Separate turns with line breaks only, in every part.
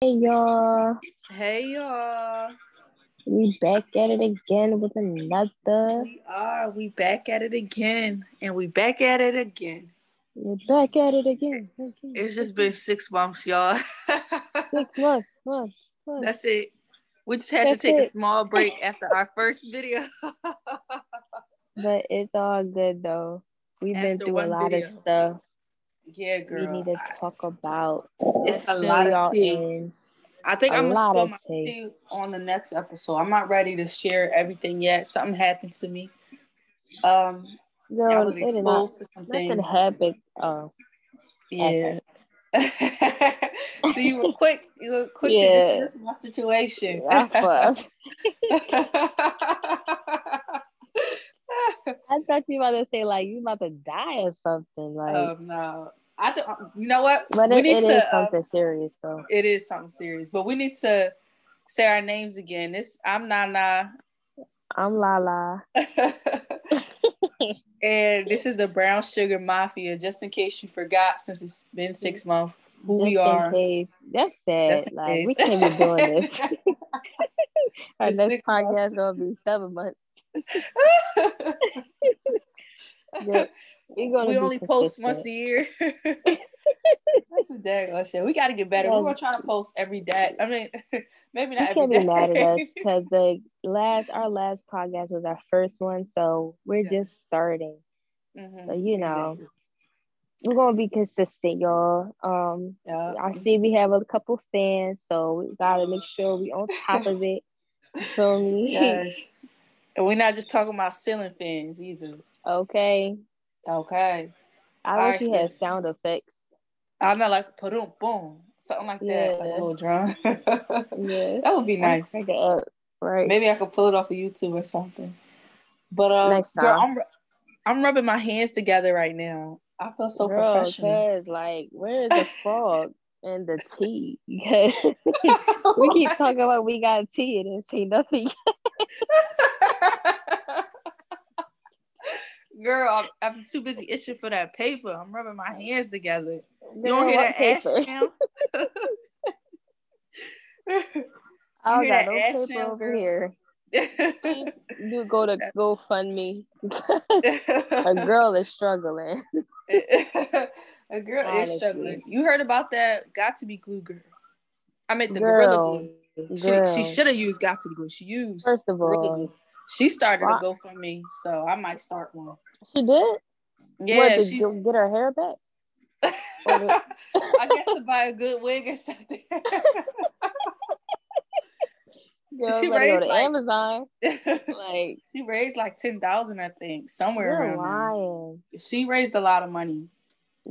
y'all.
Hey y'all.
We back at it again with another.
We are. We back at it again. And we back at it again.
We're back at it again. Okay.
It's just been six months, y'all.
six months, months, months.
That's it. We just had
That's
to take a
it.
small break after our first video.
But it's all good though. We've been
After
through
one
a lot
video,
of stuff
yeah,
we
girl.
need to talk about.
It's a
Fill
lot of
y'all
tea.
in.
I think
a
I'm gonna
lot
spill
of
my
tea.
tea on the next episode. I'm not ready to share everything yet. Something happened to me. Um, I
Girl,
was
it is not,
exposed to some
nothing
things.
happened. Oh,
Yeah. so you were quick. You were quick
Yeah.
to dismiss my situation.
I fucked. I thought you about to say like you about to die or something. Like,
oh no! I don't. You know what?
but
we
it,
need
it is
to. um,
something serious though.
it is something serious, but we need to say our names again. This I'm Nana,
I'm Lala.
and this is the Brown Sugar Mafia. Just in case you forgot, since it's been six months, who
Just
we
in
are.
case. That's
Just
sad.
in
Like we
case.
can't be doing this. Our
It's
next
six months.
podcast gonna be seven months. But We're gonna
we
be
only post
consistent.
once a year. That's a daggone shit. We got to get better. We're gonna try to post every day. I mean, maybe
You
not every
can't be
day.
mad at us because the last our last podcast was our first one, so we're
Yeah.
just starting.
Mhm,
So you know,
exactly.
we're gonna be consistent, y'all. Um,
Yeah.
I see we have a couple fans, so we gotta make sure we on top of it. You Feel me?
Yes. And we're not just talking about ceiling fans either.
okay.
Okay.
I wish
Alright,
we had
sis.
sound effects.
I'm not like boom, boom, something like that, like a
Yeah.
little drum. that
Yeah.
would be
I'm
nice.
crack it up. Right.
Maybe I could pull it off of YouTube or something. But uh,
Next
girl,
time.
I'm ru- I'm rubbing my hands together right now. I feel so
Girl,
professional.
'cause, like, where is the frog and the tea? 'Cause we keep talking about we got tea and didn't see nothing.
Girl, I'm, I'm too busy itching for that paper. I'm rubbing my hands together. You
Girl,
don't hear
what
that ash
paper?
sound?
I don't
hear that
got no
ash
paper
sound,
over
girl?
here. Please do go to GoFundMe. A
a
girl is struggling.
girl is
Honestly.
struggling. You heard about that got to be glue girl. I meant the
Girl,
gorilla glue.
girl.
She, she should have used got to be glue. She used
First of
gorilla
all,
glue. She started
Why-
to go for me, so I might start one.
she did.
Yeah,
what, to
she's.
get her hair back?
I guess to buy a good wig or something.
Girl,
She
she better go
raised,
to
like-
Amazon. Like,
she raised like ten thousand, I think, somewhere around.
you're
there.
lying.
She raised a lot of money.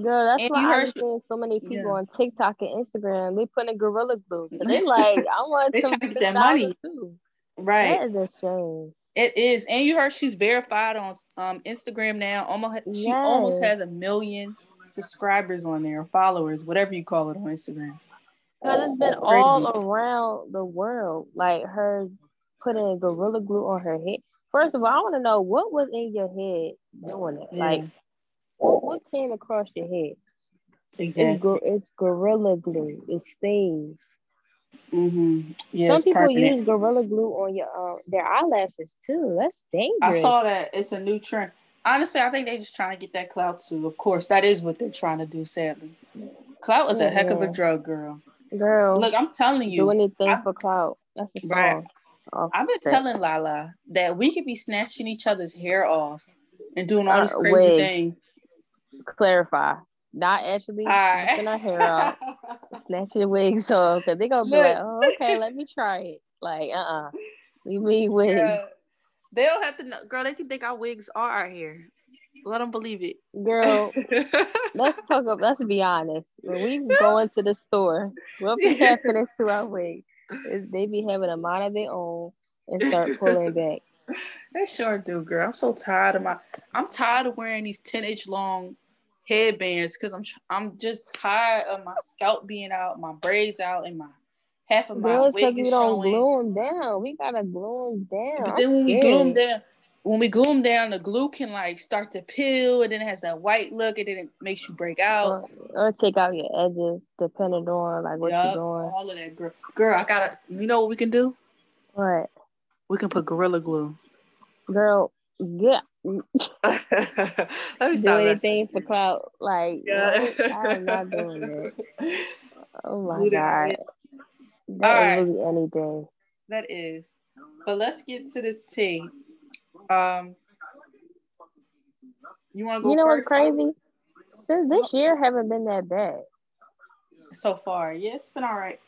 Girl, that's
And
why
you
I
heard
was
she-
seeing so many people
Yeah.
on TikTok and Instagram. They putting gorilla glue. 'cause They like, I want
They
some
tryna get that
$10
money.
Too.
Right.
That is a shame.
It is, and you heard she's verified on um, Instagram now. Almost, she
Yes.
almost has a million subscribers on there, followers, whatever you call it on Instagram.
Girl, it's been
Crazy.
all around the world. Like her putting gorilla glue on her head. First of all, I want to know what was in your head doing it.
Yeah.
Like, what, what came across your head?
Exactly.
It's, go, it's gorilla glue. It's stains.
Mm-hmm. Yeah,
Some
it's
people
permanent.
use gorilla glue on your um, their eyelashes too. That's dangerous.
I saw that it's a new trend. Honestly, I think they're just trying to get that clout too. Of course, that is what they're trying to do. Sadly, clout is a heck of a
Yeah.
drug, girl.
girl.
Look, I'm telling
do
you,
anything
I-
for clout. That's a song.
Right.
off
I've been
that.
telling Lala that we could be snatching each other's hair off and doing all
Uh,
these crazy
wigs.
things.
clarify. Not actually
All right.
ripping our hair off, snatching wigs off, because they gonna be
Look.
like, oh, okay, let me try it. Like, uh, uh we mean wigs.
Girl, they don't have to know. Girl, they can think our wigs are our hair. Let them believe it.
Girl, let's talk. Up, let's be honest. When we go into the store, what be happening to our wig is they be having a mind of their own and start pulling back.
they sure do, girl. I'm so tired of my. I'm tired of wearing these 10 inch long headbands because I'm tr- I'm just tired of my scalp being out, my braids out, and my half of my
Girl, it's because
wig
we
is
don't
showing.
glue them down. We gotta glue them down.
But
I'm
then when we glue them
scared.
down, when we glue them down, the glue can like start to peel, and then it has that white look, and then it makes you break out.
Or, or take out your edges, depending on like what
Yup,
you're doing.
all of that, girl. Girl, I gotta. You know what we can do?
But
We can put gorilla glue.
girl, yeah,
Let me
do anything for clout. Like,
Yeah.
what? I'm not doing that. Oh my
Glue that
god,
bitch.
that
All right.
is really anything.
That is. But let's get to this tea. Um, you want to go
You know what's
first?
crazy? Since this year haven't been that bad.
So far, yeah, it's been all right.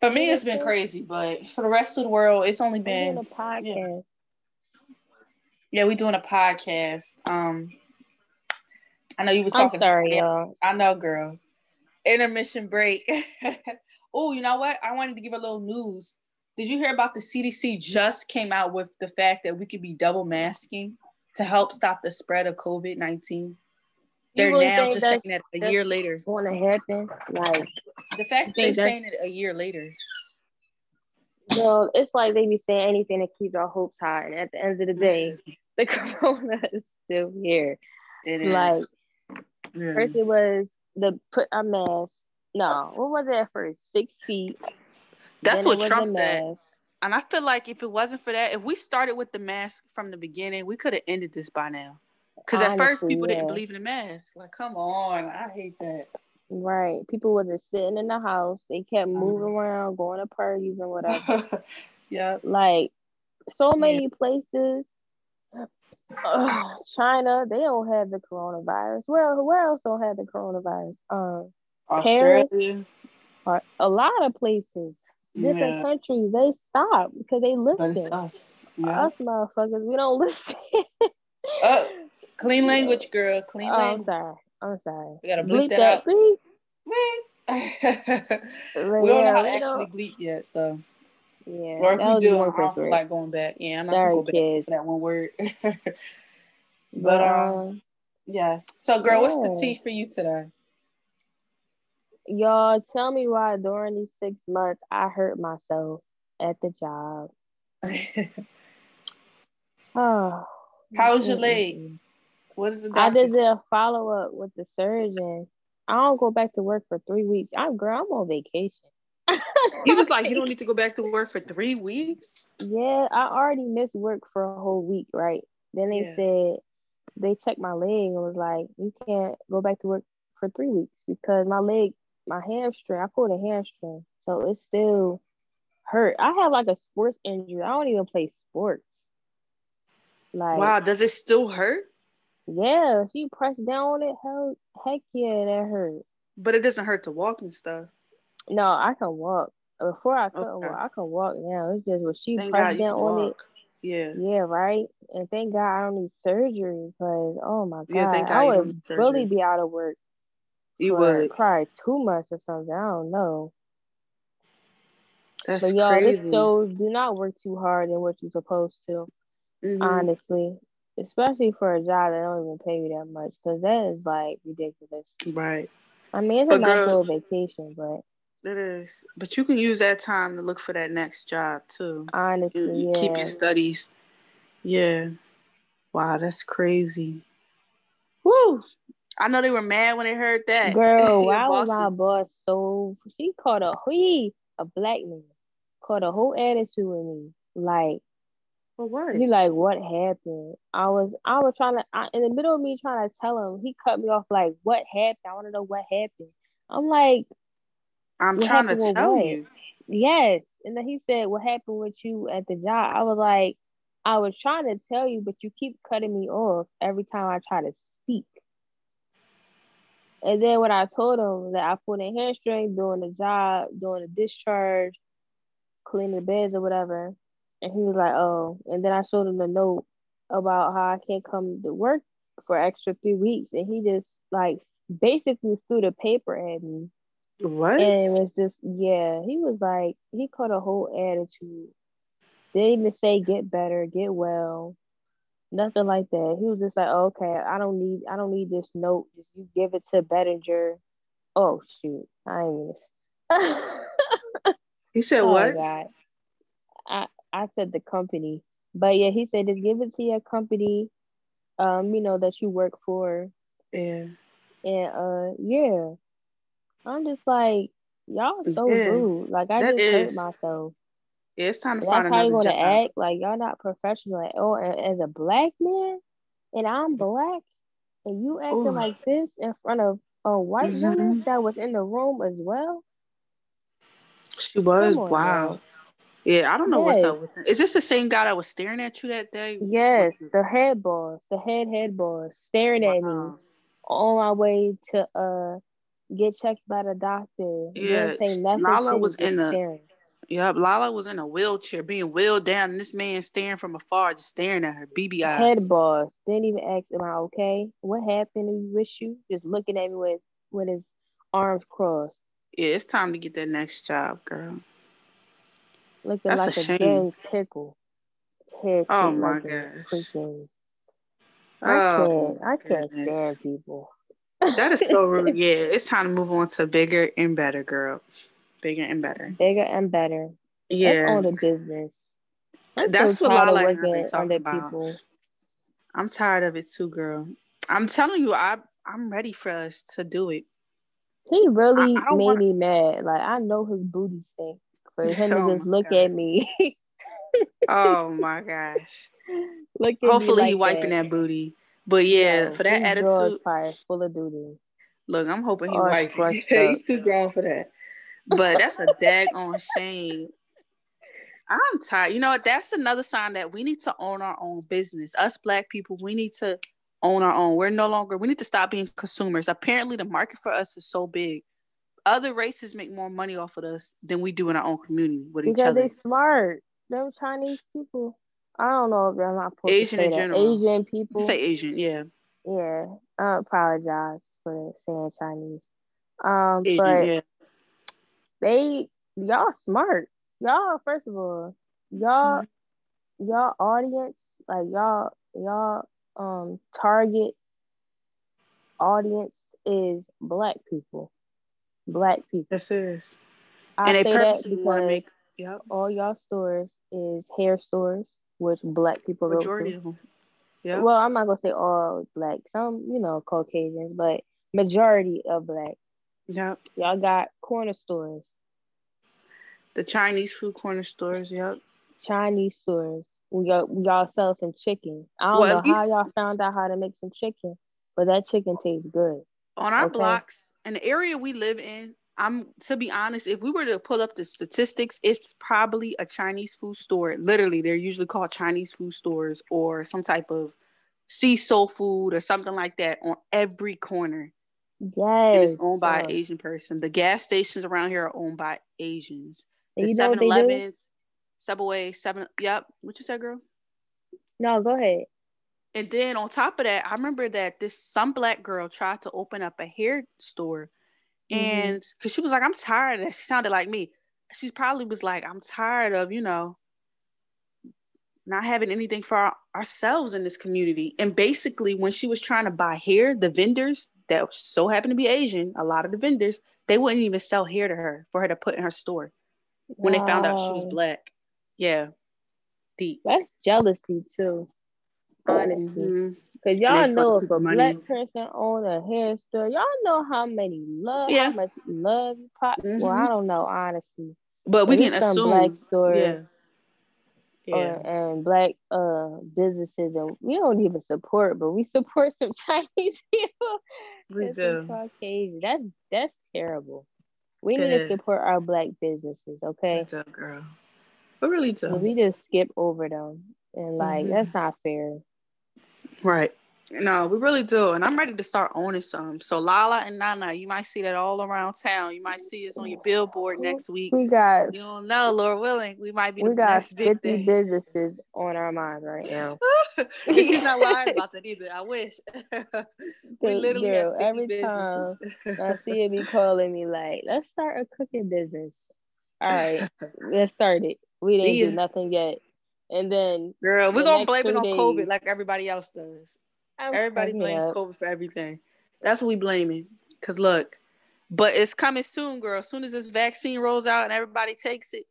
For me, it's been crazy, but for the rest of the world, it's only
We're doing
been
a podcast.
yeah. We're doing a podcast. Um, I know you were
I'm
talking.
sorry, y'all.
I know, girl. Intermission break. oh, you know what? I wanted to give a little news. Did you hear about the CDC just came out with the fact that we could be double masking to help stop the spread of COVID 19? They're
really
now
think
just saying
that's
that a
that's-
year later.
Going to happen, like
The fact that
think
they're
that's-
saying it a year later.
you know, it's like they be saying anything to keep our hopes high, and at the end of the day, the corona is still here.
It is.
Like
Yeah.
First it was the put a mask. No, what was it at first? Six feet.
That's
Then it
what
was a
Trump said.
mask.
And I feel like if it wasn't for that, if we started with the mask from the beginning, we could have ended this by now. Because at first,
Honestly,
people
yeah.
didn't believe in the mask. Like, come on. I hate that.
Right. People wasn't sitting in the house. They kept
Mm-hmm.
moving around, going to parties and whatever.
yep.
like so
Yeah.
many places. Ugh, China, they don't have the coronavirus. Well, who else don't have the coronavirus? Um, Paris.
Australia.
or- a lot of places, different
Yeah.
countries, they stop because they
But it's uh,
listen.
us.
Us motherfuckers, we don't listen.
Uh, clean language, girl. Clean
Oh, I'm
language.
sorry. I'm sorry.
We gotta bleep,
Bleep
that out.
that, bleep.
Bleep.
But
we don't
yeah,
know how to
we
actually
don't-
bleep yet, so
Yeah,
or if
that
we
was
do,
one
I don't
corporate.
feel like going back. Yeah, I'm not
Sorry,
gonna go back
kids.
for that one word.
But,
but, um,
um,
yes. So, girl, what's the
Yeah.
tea for you today?
y'all tell me why during these six months I hurt myself at the job. Oh,
How was your
mm-mm-mm.
leg? What is the
I
doctor?
just did a follow up with the surgeon. I don't go back to work for three weeks. I'm girl. I'm on vacation.
He was like, you don't need to go back to work for three weeks.
Yeah, I already missed work for a whole week, right? Then they
Yeah.
said they checked my leg and was like, you can't go back to work for three weeks because my leg, my hamstring, I pulled a hamstring, so it's still hurt. I have like a sports injury. I don't even play sports. Like,
Wow, does it still hurt?
yeah, if you press down on it, hell, heck yeah, that hurt.
But it doesn't hurt to walk and stuff.
No, I can walk. Before I couldn't
Okay.
walk, I can walk now. It's just when she
Thank God
pressed
you
down
can
on it.
walk. Yeah.
Yeah, right. And thank God I don't need surgery because oh my god,
Yeah, thank
I
God you
would
don't
have
need surgery.
really be out of work
You
for
would.
probably two months or something. I don't know.
That's
but y'all,
crazy.
this shows do not work too hard in what you're supposed to,
Mhm.
honestly. Especially for a job that don't even pay you that much, because that is like ridiculous.
Right.
I mean, it's a
But
nice
girl-
little vacation, but
It is. But you can use that time to look for that next job too.
honestly,
You, you
yeah,
keep your studies. Yeah. Wow, that's crazy. Woo. I know they were mad when they heard that.
Girl,
Your
why was my
bosses.
boss so? She caught a he, a black man, caught a whole attitude with me. Like
For what?
he, like what happened? I was, I was trying to, I, in the middle of me trying to tell him, he cut me off. Like what happened? I want to know what happened. I'm like,
I'm
what
trying to
happened with
tell
what?
you.
yes. And then he said, what happened with you at the job? I was like, I was trying to tell you, but you keep cutting me off every time I try to speak. And then when I told him that I pulled a hamstring doing the job, doing the discharge, cleaning the beds or whatever, and he was like, "Oh." And then I showed him the note about how I can't come to work for extra three weeks, and he just like basically threw the paper at me,
What?
and it was just yeah. He was like, he caught a whole attitude. Didn't even say get better, get well, nothing like that. He was just like, oh, okay, I don't need, I don't need this note. Just you give it to Bettinger. Oh shoot, I ain't even.
He said
oh my
what?
god, I I said the company. But yeah, he said just give it to your company, um, you know, that you work for.
Yeah.
And uh yeah. I'm just like, y'all so
Yeah.
rude. Like I
That
just hurt
is-
myself.
Yeah, it's time to
That's
find
how you
another
gonna
job.
act? Like y'all not professional at all. And as a black man, and I'm black, and you acting
Ooh.
like this in front of a white
Mm-hmm,
woman that was in the room as well.
She was
Come on,
wow.
now.
Yeah, I don't know what's
Yes.
up with him. Is this the same guy that was staring at you that day?
Yes, the head boss, the head head boss, staring at me
Wow.
on my way to uh get checked by the doctor.
Yeah,
didn't say nothing.
Lala
to me,
was
just
in the-
staring.
Yep, Lala was in a wheelchair being wheeled down, and this man staring from afar, just staring at her. BB eyes.
head boss. Didn't even ask, "Am I okay? What happened? Are you with you?" Just looking at me with with his arms crossed,
Yeah, it's time to get that next job, girl.
looking
That's
like
a
a,
shame.
dang pickle. Head
Oh
shaped
my
like a
gosh.
freaking- I
Oh,
can't. I can't
goodness.
stand people.
that is so rude. Yeah, it's time to move on to bigger and better, girl. Bigger and better.
Bigger and better. That's
Yeah,
all the business. I'm
that's
so
what
tired of
Lala and I
working
been talking
under
about.
people.
I'm tired of it too, girl. I'm telling you, I I'm ready for us to do it.
He really
I- I don't
made
wanna-
me mad. Like I know his booty stink. For him
Oh
to just
my
look
God.
at me,
Oh my gosh.
look at
Hopefully
me
he
like
wiping
that.
that booty. But yeah,
Yo,
for that
his drawers
attitude,
probably full of doodoo.
look, I'm hoping he
all
wipes.
scrunched up.
He's too grown for that. But that's a dag on shame. I'm tired. You know what? That's another sign that we need to own our own business. Us black people, we need to own our own. We're no longer, we need to stop being consumers. Apparently, the market for us is so big. Other races make more money off of us than we do in our own community with each
Because
other.
they smart. Them Chinese people. I don't know if they're not supposed
Asian
to say
in
that.
general.
Asian people.
Say Asian, yeah.
yeah. I apologize for saying Chinese. Um,
Asian,
but
yeah.
they y'all smart. Y'all first of all, y'all
Mm-hmm.
y'all audience, like y'all y'all um target audience is black people. Black people.
That's serious.
I
and they
say that
purposely want to
because
make yep,
all y'all stores is hair stores, which black people go
majority
to.
of them. Yeah.
Well, I'm not gonna say all black, some you know Caucasians, but majority of black.
Yep.
Y'all got corner stores,
The Chinese food corner stores. Yep.
Chinese stores. We y'all, we y'all sell some chicken. I don't
Well,
know
at
how
least-
y'all found out how to make some chicken, but that chicken tastes good.
On our
Okay.
blocks and the area we live in, I'm to be honest, if we were to pull up the statistics, it's probably a Chinese food store. Literally, they're usually called Chinese food stores or some type of sea soul food or something like that on every corner. And
Yes,
it's owned by
uh,
an Asian person. The gas stations around here are owned by Asians. The
you know what
Seven
they do?
Elevens, Subway, Seven. Yep. What you said, girl?
No, go ahead.
And then on top of that, I remember that this some black girl tried to open up a hair store,
Mhm.
and because she was like, "I'm tired," of that." she sounded like me. She probably was like, "I'm tired of you know not having anything for our, ourselves in this community." And basically, when she was trying to buy hair, the vendors that so happened to be Asian, a lot of the vendors they wouldn't even sell hair to her for her to put in her store when they found out she was
Wow.
black. Yeah, deep.
That's jealousy too, honestly.
Mhm.
Cause
they
y'all
fucking
know
took
if a
the money.
black person own a hair store, y'all know how many love,
Yeah.
how much love you pop. Well,
Mhm.
I don't know honestly.
But we
But
didn't
it's some black
assume.
stores
Yeah. Yeah.
or, and black uh businesses, and we don't even support, but we support some Chinese people
we
and
do.
some Caucasian. That's that's terrible. We
It
need to
is.
support our black businesses,
We
okay?
do, girl. We really do.
We just skip over them, and like
Mhm.
that's not fair.
right. No, we really do. And I'm ready to start owning some. So Lala and Nana, you might see that all around town. You might see us on your billboard next week.
We got
You don't know, Lord willing, we might be the
we got
next big
fifty
thing.
businesses on our mind right now.
and she's not lying about that either. I wish. we
Thank
literally
you.
have 50
Every
businesses.
I see you be calling me like, let's start a cooking business. All right, let's start it. We didn't
Yeah.
do nothing yet. And then
Girl, we're
The
gonna
next
blame it
two
on COVID
days.
like everybody else does.
I'm
Everybody
cracking
blames
up.
COVID for everything. That's what we blaming. Cause look, but it's coming soon, girl. As soon as this vaccine rolls out and everybody takes it,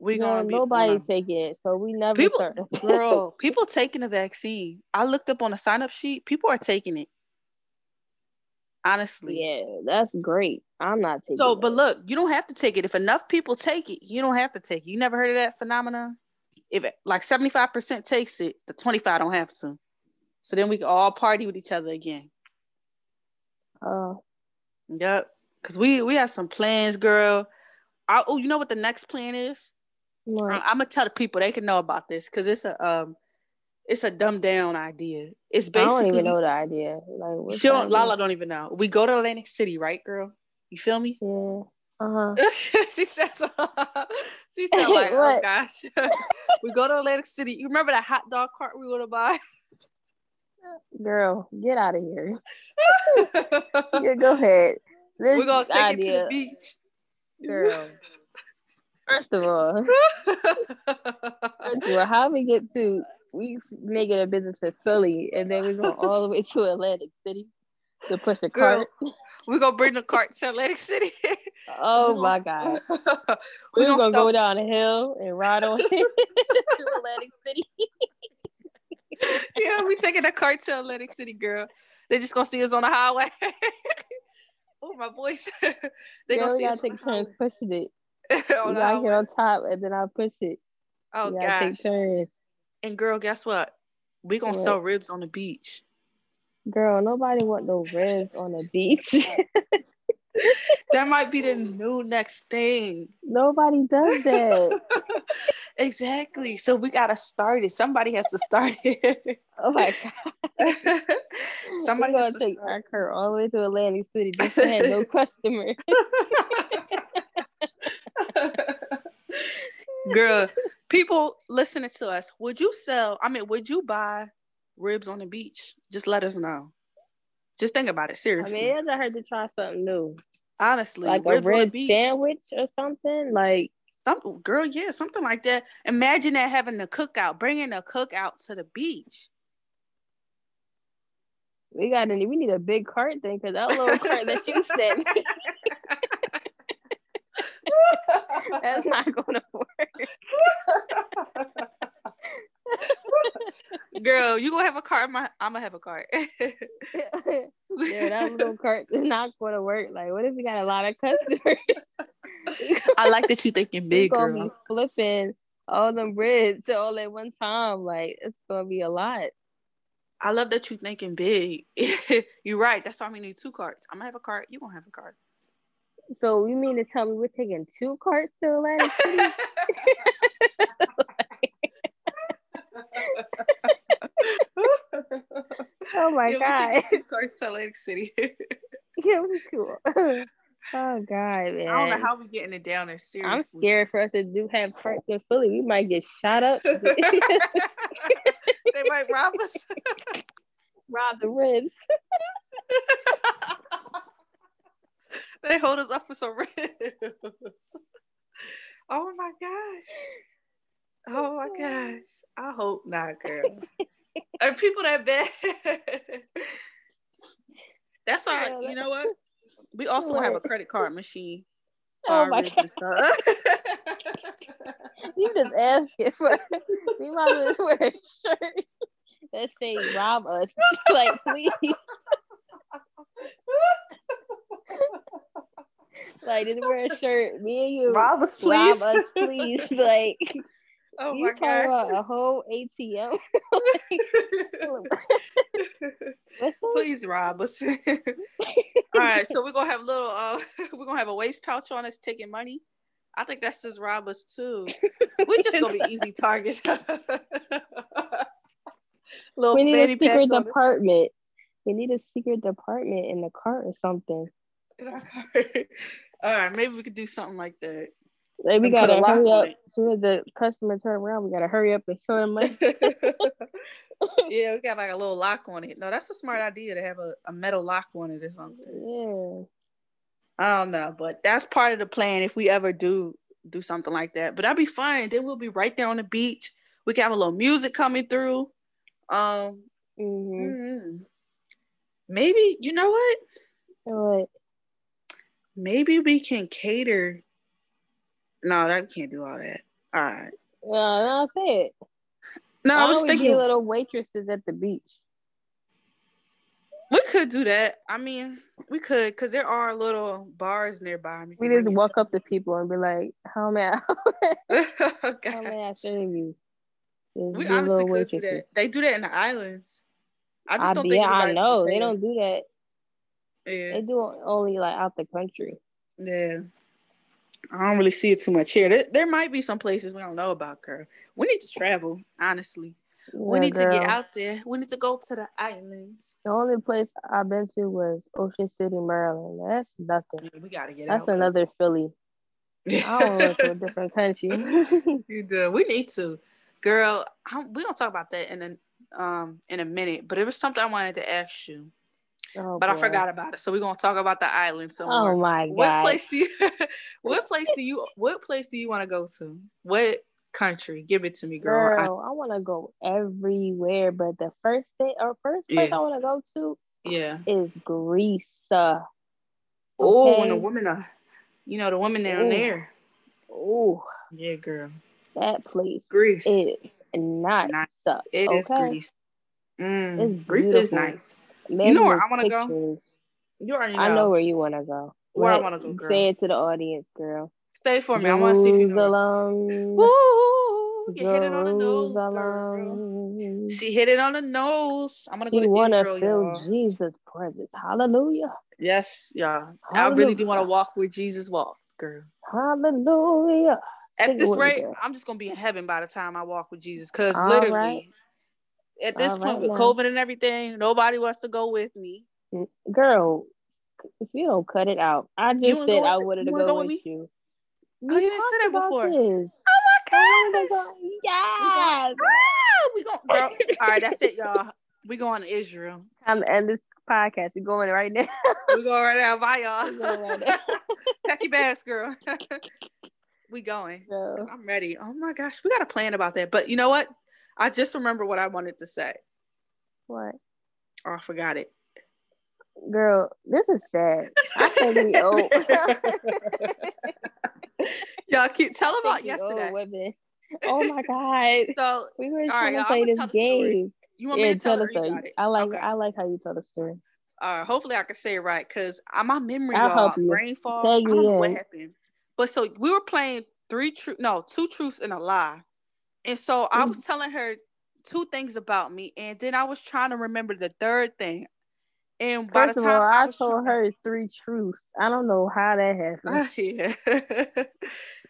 We
No,
gonna be
nobody
no.
take it, so we never
People-
certain.
Girl, people taking the vaccine. I looked up on a sign up sheet. People are taking it. Honestly.
yeah, that's great. I'm not taking.
So,
it.
but look, you don't have to take it. If enough people take it, you don't have to take it. You never heard of that phenomenon? If like 75% takes it, the 25 don't have to. So then we can all party with each other again.
uh,
Yep. Cause we we have some plans, girl. I, oh, you know what the next plan is?
what?
I'm gonna tell the people they can know about this because it's a um, it's a dumbed down idea. It's
I
basically
don't even know the idea. Like, what's
she
the
don't,
idea?
Lala don't even know. We go to Atlantic City, right, girl? You feel me?
Yeah. Uh huh.
she says, she said, like, oh
What?
gosh, we go to Atlantic City. You remember that hot dog cart we want to buy?
Girl, get out of here. Yeah, go ahead. This
We're gonna take
idea,
it to the beach.
Girl. First of all, first of all, how we get to we make it a business in Philly, and then we go all the way to Atlantic City to push a
Girl.
cart.
We're gonna bring the cart to Atlantic City.
Oh
we
my
We're
god.
gonna,
We're gonna,
sell-
go down a hill and ride on to Atlantic City.
yeah, we taking the cart to Atlantic City, girl. They just gonna see us on the highway. oh my voice. they
Girl,
gonna
we
see us on
gotta
the
take turns
highway.
pushing it.
On
We
the
gotta
highway.
get on top and then I'll push it.
Oh
we gotta
gosh.
take turns.
And girl, guess what? We gonna
What?
sell ribs on the beach.
Girl, nobody want no ribs on the beach.
That might be the new next thing.
nobody does that.
exactly. So we gotta start it. Somebody has to start it.
Oh my god.
Somebody
We're
has to
gonna take
start.
our car all the way to Atlantic City just to have no customer.
Girl, people listening to us, would you sell? I mean, would you buy ribs on the beach? Just let us know. Just think about it
I
seriously.
mean, it doesn't hurt to try something new,
Honestly,
like a
ribs on the
red
beach.
sandwich or something. Like,
Some, girl, yeah, something like that. Imagine that having a cookout, bringing a cookout to the beach.
we got to we need a big cart thing because that little cart that you sent, that's not gonna work.
Girl, you gonna have a cart? My, I'm gonna have a cart.
yeah, that little cart is not gonna work. Like, what if we got a lot of customers?
I like that you thinking
we
big,
gonna
girl.
be flipping all them ribs all at one time. Like, it's gonna be a lot.
I love that you thinking big. You're right. That's why I'm gonna need two carts. I'm gonna have a cart. You gonna have a cart.
So you mean to tell me we're taking two carts to Atlantic City? Oh my
yeah, we
god.
taking two carts to Atlantic City.
Yeah, we cool. oh god, man.
I don't know how we getting it down there. Seriously,
I'm scared for us to do have carts in Philly. We might get shot up,
they might rob us.
rob the ribs.
they hold us up for some ribs. Oh my gosh. Oh my gosh. I hope not, girl. Are people that bad? That's why,
Yeah,
you
that-
know what? We also gonna have a
What?
credit card machine.
Oh
for
my
our ribs and
god.
stuff.
You just asking for we might as well wear a shirt that say rob us. like please. Like just wear a shirt. Me and you
Rob us,
rob
please.
us, please. Like
Oh
you
my
talking about a whole ATM.
gosh. please rob us. All right, so we're gonna have little. Uh, we're gonna have a waist pouch on us taking money. I think that's just rob us too. We're just gonna be easy targets. little
we need a
fanny
secret
packs Oh, on us.
department. We need a secret department in the cart or something.
All right, maybe we could do something like that.
Like we
and put a
gotta
lock
hurry
on
up.
it.
As soon as the customer turn around, we gotta hurry up and show them money.
yeah, we got like a little lock on it. No, that's a smart idea to have a, a metal lock on it or something.
yeah.
I don't know, but that's part of the plan if we ever do do something like that. But that'd be fun. Then we'll be right there on the beach. We can have a little music coming through. Um,
Mm-hmm.
mm, maybe you know what?
Like,
Maybe we can cater. No, that we can't do all that. All right.
No, no, say Uh, it.
No, I
Why
was
don't we get
thinking
little waitresses at the beach.
we could do that. I mean, we could because there are little bars nearby.
We
can
just
bring
walk up to people and be like, "How may I,
it to- Oh,
how
God.
may I serve you?" Just
We
be little
honestly could do
waitresses.
that. They do that in the islands. I just
I
don't
be-
think
yeah, I
anybody's gonna
know
pay
they don't
us.
do that.
Yeah,
They do it only like out the country.
yeah. I don't really see it too much here. There, there might be some places we don't know about, girl. We need to travel, honestly. we
Yeah,
need to
girl.
get out there. We need to go to the islands.
The only place I've been to was Ocean City, Maryland. That's nothing.
We gotta get
That's
out.
another Philly. I don't want to go to a different country.
You do. We need to, girl. I'm, we gonna talk about that in a, um in a minute. But it was something I wanted to ask you,
Oh,
but I
boy.
forgot about it. So we're gonna talk about the island some more.
Oh my god.
what place do you? what place do you? What place do you want to go to? What country? Give it to me, girl. I-
Girl, I, want to go everywhere, but the first thing or first place
Yeah.
I want to go
yeah.
to is Greece. Uh,
Oh, and the
Okay.
women are. You know the women down
Ooh.
there.
oh,
Yeah, girl.
that place
Greece.
is nice.
nice.
Uh,
It is
okay.
Greece. Mm,
It's
Greece is
beautiful.
nice.
Maybe
know where
there's
I wanna go?
pictures.
You already know.
I know where you want to go.
Where I
But
wanna go, girl.
Say it to the audience, girl.
Stay for me. I want to see if you know.
Jerusalem.
Ooh, you hit it on the nose, girl.
Jerusalem.
She hit it on the nose. I'm gonna
She
go
want
to
to
Israel,
feel
y'all.
Jesus' presence. Hallelujah.
Yes, y'all. I
Hallelujah.
really do want to walk where Jesus walked, girl.
Hallelujah. Sing
At
it
this
with me,
rate,
girl.
I'm just gonna be in heaven by the time I walk with Jesus. Cause
All
literally,
right.
at this
All
point
right
with
now.
COVID and everything, nobody wants to go with me.
Girl, if you don't cut it out, I just
wanna
said
go
I
with-
wanted to
you
go,
wanna go
with,
with me? Oh,
you. We
you didn't say
talked
that
about
before.
this.
Oh
We
gosh.
go- Yes.
Ah, we going girl. All right, that's it, y'all. We going to Israel.
Time to end this podcast. We're going right now.
We going right now. Bye, y'all.
We going right now.
Pack your bags, girl. we going.
So,
'Cause I'm ready. Oh my gosh, we got a plan about that. But you know what? I just remember what I wanted to say.
what?
Oh, I forgot it.
Girl, this is sad. I think we old.
y'all keep tell about
Old
yesterday.
women. Oh my God.
So
We were
right,
trying
y'all,
to
I'm
play
gonna
this
tell the story.
game.
you want
Yeah,
me to tell,
tell
her
us.
or you got
story.
it?
I like
Okay.
I like how you tell the story.
uh, hopefully I can say it right because uh, my memory,
I'll
y'all,
help you.
brain fog.
Tag
I don't
me
know what
in.
happened. But so we were playing three truth, no, two truths and a lie. And so I
Mm.
was telling her two things about me, and then I was trying to remember the third thing. And by
First
the
of
time
all,
I,
I
was
told
trying-
her three truths. I don't know how that happened.
yeah.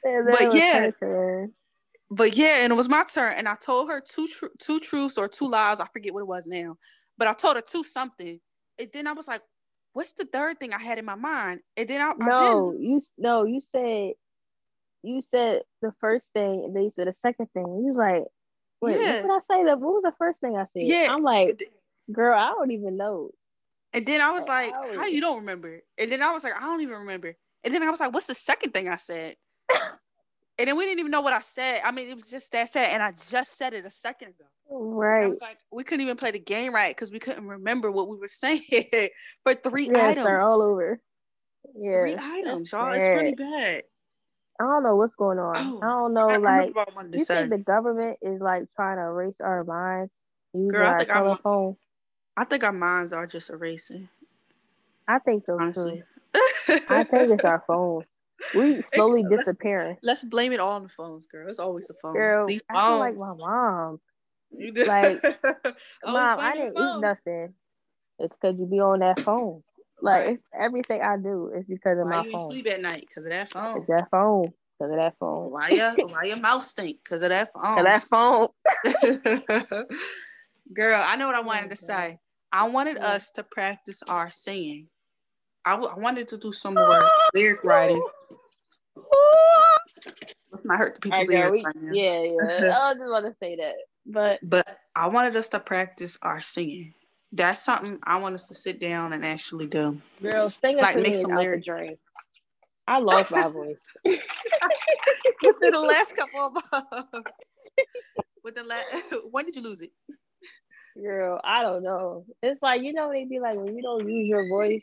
And
Uh, But
that was
yeah.
her turn.
but yeah, and it was my turn, and I told her two tru- two truths or two lies. I forget what it was now, but I told her two something, and then I was like, "What's the third thing I had in my mind?" And then I, I then
No, you s- no, you said you said the first thing, and then you said the second thing. You was like, wait,
Yeah.
what did I say? The, what was the first thing I said?
Yeah.
I'm like, girl, I don't even know.
And then I was
Oh,
like,
ouch.
how you don't remember? it?" And then I was like, I don't even remember. And then I was like, what's the second thing I said? and then we didn't even know what I said. I mean, it was just that said, and I just said it a second ago. And I
Right.
was like, we couldn't even play the game right because we couldn't remember what we were saying for three
Yeah,
items.
start all over. Yeah.
three
that's
items, y'all. It's really
sad.
bad.
I don't know what's going on.
Oh,
I don't know,
I remember
like,
what I wanted to
you
say.
think the government is like trying to erase our minds using
Girl, I
our
think I'm-
color phone?
I think our minds are just erasing,
I think so
honestly.
too. Mm-hmm. I think it's our phones. We slowly
Let's-
disappearing.
Let's blame it all on the phones, girl. It's always the phones.
Girl,
These
I
phones.
feel like my mom.
You did.
Like,
Oh,
Mom,
it's
I
by your
didn't eat
phone.
nothing. It's because you be on that phone. Like
Right.
it's everything I do is because of
Why
my
you ain't
phone.
sleep at night? Cause of that phone.
It's that phone. Because of that phone.
Why your why your mouth stink? Cause of that phone.
'Cause that phone.
Girl, I know what I
Oh,
wanted to
God.
say. I wanted
Yeah.
us to practice our singing. I, w- I wanted to do some more lyric writing. Let's not hurt the
All
people's
right, girl,
ears
we,
right now.
yeah, yeah. I just want to say that, but
But I wanted us to practice our singing. That's something I want us to sit down and actually do.
girl, sing it
Like,
to
make
me
some
out
lyrics.
the dream. I lost my voice.
Within the last couple of months. Within la- when did you lose it?
Girl, I don't know. It's like you know they be like when you don't use your voice,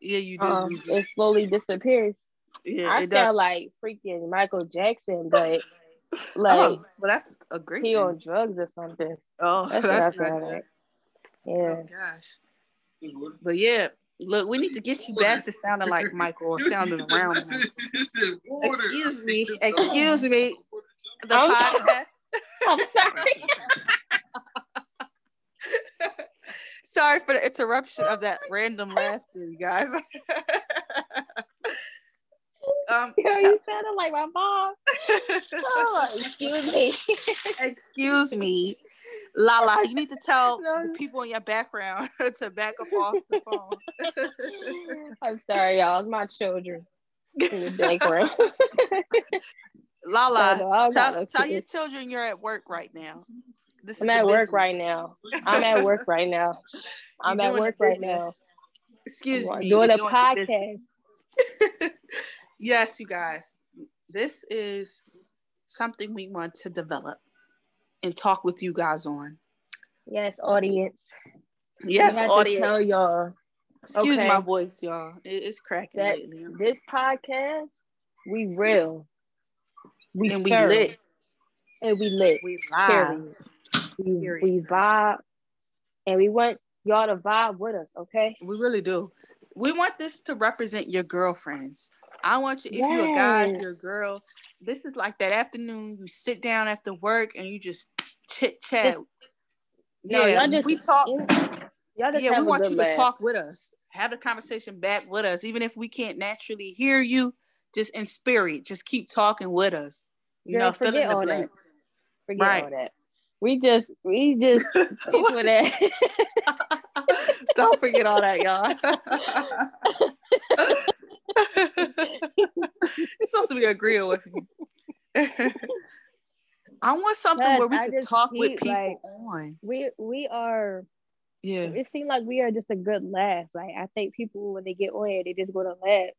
Yeah, you did.
um,
lose it.
it slowly disappears.
Yeah,
I
it
sound like freaking Michael Jackson, but Like
oh, well, that's a great.
he
thing.
on drugs or something.
oh,
That's,
that's,
what
not
I sound
good.
like. Yeah.
Oh gosh. But yeah, look, we need to get you back to sounding like Michael or sounding around. Michael. Excuse me. Excuse me. The
I'm
podcast.
I'm sorry.
Sorry for the interruption of that random laughter, you guys. um,
Yo, you sounded like my mom. Oh, excuse me.
excuse me, Lala. You need to tell
No,
the
no.
people in your background to back up off the phone.
I'm sorry, y'all. It's my children in the background.
Lala,
So, I
tell,
got no
tell your
kids.
children you're at work right now. This
I'm
the
at work
business.
right now. I'm at work right now.
You're
I'm at
doing the
work right
business.
now.
Excuse
I'm
me.
doing
you're
a
the business.
podcast.
yes, you guys, this is something we want to develop and talk with you guys on.
Yes, audience. We
Yes,
have to
audience.
tell y'all
Excuse
okay.
my voice, y'all. It- it's cracking
That-
lately.
this podcast, we real. We
And we
thorough,
lit.
And we lit.
We live.
Period. We,
Period.
we vibe. And we want y'all to vibe with us, okay?
We really do. We want this to represent your girlfriends. I want you, if you're a guy, if you're a
Yes.
girl, this is like that afternoon you sit down after work and you just chit chat.
No,
Yeah,
y'all just-
we talk.
Y'all just
Yeah,
have
we
a
want
good
you
laugh.
to talk with us, have the conversation back with us, even if we can't naturally hear you. Just in spirit, just keep talking with us. You
Girl,
know, fill
forget
in the
all that.
blanks.
Forget
Right.
all that. We just, we just stick with that.
Don't forget all that, y'all. it's supposed to be agreeable with me. I want something
Yes,
where we
I
can
just
talk with
keep,
people
like-
on.
we we are.
Yeah.
It seems like we are just a good laugh. Like I think people when they get on here, they just go to laugh.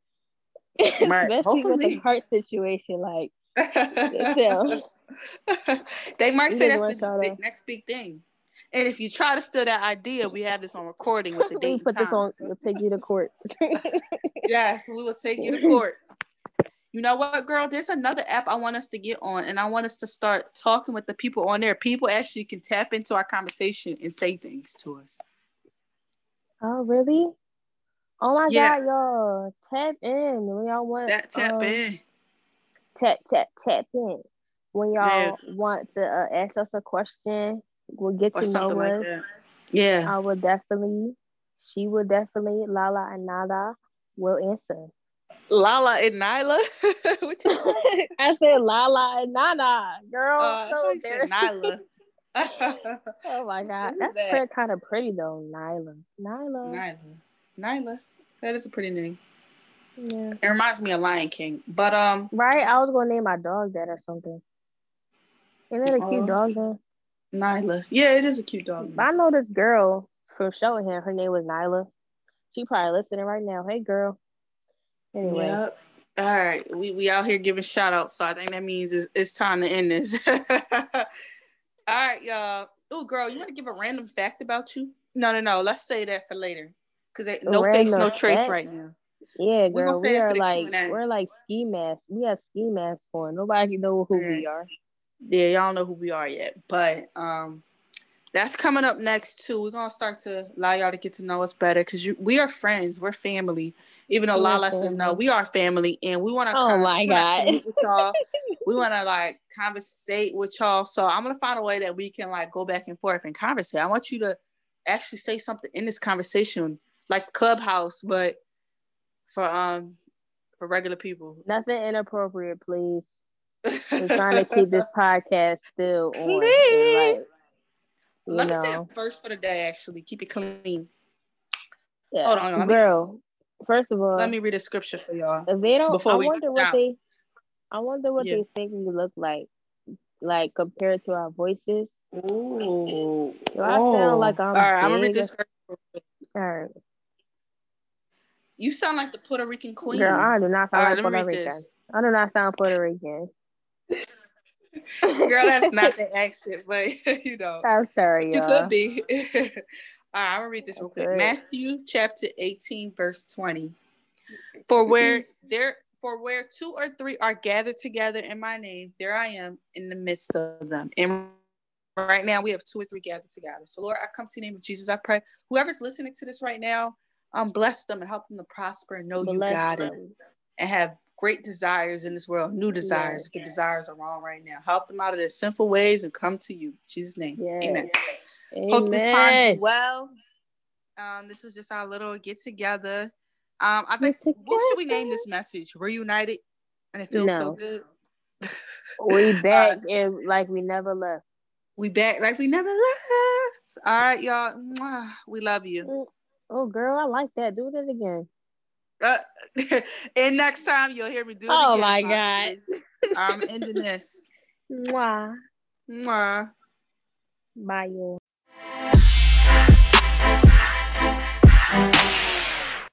Especially with
hopefully.
the cart situation, like so.
they might
We
say
did
that's
one
the
shout
big,
out.
next big thing. And if you try to steal that idea, we have this on recording with the
we
date
put
and
this on
times.
the piggy to court.
yes, we will take you to court. You know what, girl? There's another app I want us to get on, and I want us to start talking with the people on there. People actually can tap into our conversation and say things to us.
oh really? Oh my
Yeah.
god, y'all tap in when y'all want
That tap
um,
in.
tap tap tap in when y'all
Yeah.
want to uh, ask us a question. We'll get
or
to know us.
something like that. Yeah.
I will definitely, she will definitely, Lala and Nala will answer.
Lala and Nyla. what you say?
I said Lala and Nana, girl.
Uh,
so
I said
embarrassing.
Nyla.
Oh my god,
Who's
that's
that?
kind of pretty though, Nyla. Nyla.
Nyla. Nyla. That is a pretty name.
Yeah.
It reminds me of Lion King. But um
Right, I was gonna name my dog that or something. Isn't that a cute
Oh.
dog name?
Nyla. Yeah, it is a cute dog.
But I know this girl from Showingham. Her name was Nyla. She probably listening right now. Hey, girl. Anyway,
Yep. All right. We we out here giving shout outs, so I think that means it's, it's time to end this. All right, y'all. Oh, girl, you want to give a random fact about you? No, no, no. Let's say that for later. Cause they, no face, no
Random
trace
fact?
right now.
yeah,
gonna
girl, we,
say that for
are
the
like
Q&A.
we're like ski masks. We have ski masks on. Nobody can know who we are.
Yeah, y'all don't know who we are yet, but um, that's coming up next too. We're gonna start to allow y'all to get to know us better because we are friends, we're family. Even though
We are
Lala says no,
family.
we are family, and we want to.
Oh my God.
with y'all. we want to like conversate with y'all. So I'm gonna find a way that we can like go back and forth and conversate. I want you to actually say something in this conversation, like Clubhouse, but for um for regular people.
Nothing inappropriate, please. We're trying to keep this podcast still on. and,
Please.
like, you
Let me say it
know,
first for the day, actually. Keep it clean.
yeah.
Hold on, let me-
girl. First of all,
Let me read a scripture for y'all.
if they don't,
before
I
we
wonder what
stop.
they, I wonder what
Yeah.
they think we look like, like compared to our voices.
Ooh.
Do I sound like I'm
All right, I'm gonna read
big?
this. Scripture. real quick.
All right,
You sound like the Puerto Rican queen.
girl, I do not
All right, let
sound like
me
Puerto
read
Rican.
this.
I do not sound Puerto Rican.
Girl, that's not the accent, but you know,
I'm sorry,
you
y'all.
could be. All right, I'm gonna read this real quick.
Okay. Mm-hmm.
Matthew chapter 18, verse 20. For where there, For where two or three are gathered together in my name, there I am in the midst of them. And right now we have two or three gathered together. So Lord, I come to the name of Jesus. I pray whoever's listening to this right now, um, bless them and help them to prosper and know
Bless
Oh, you got it
them.
and have great desires in this world, new desires. If the desires are wrong right now, help them out of their sinful ways and come to you. In Jesus' name.
Yes.
Amen.
Amen.
Hope this finds you well. Um, this was just our little get together. Um, I think
Get
what should we
together.
name this message? Reunited, and it feels so
No.
good.
We
Uh,
back and like we never left.
We back like we never left. All right, y'all. Mwah. We love you.
Oh, girl, I like that. Do that again.
Uh, and next time you'll hear me do it.
Oh
again,
my
possibly. I'm ending this.
Mwah.
Mwah.
Bye, you.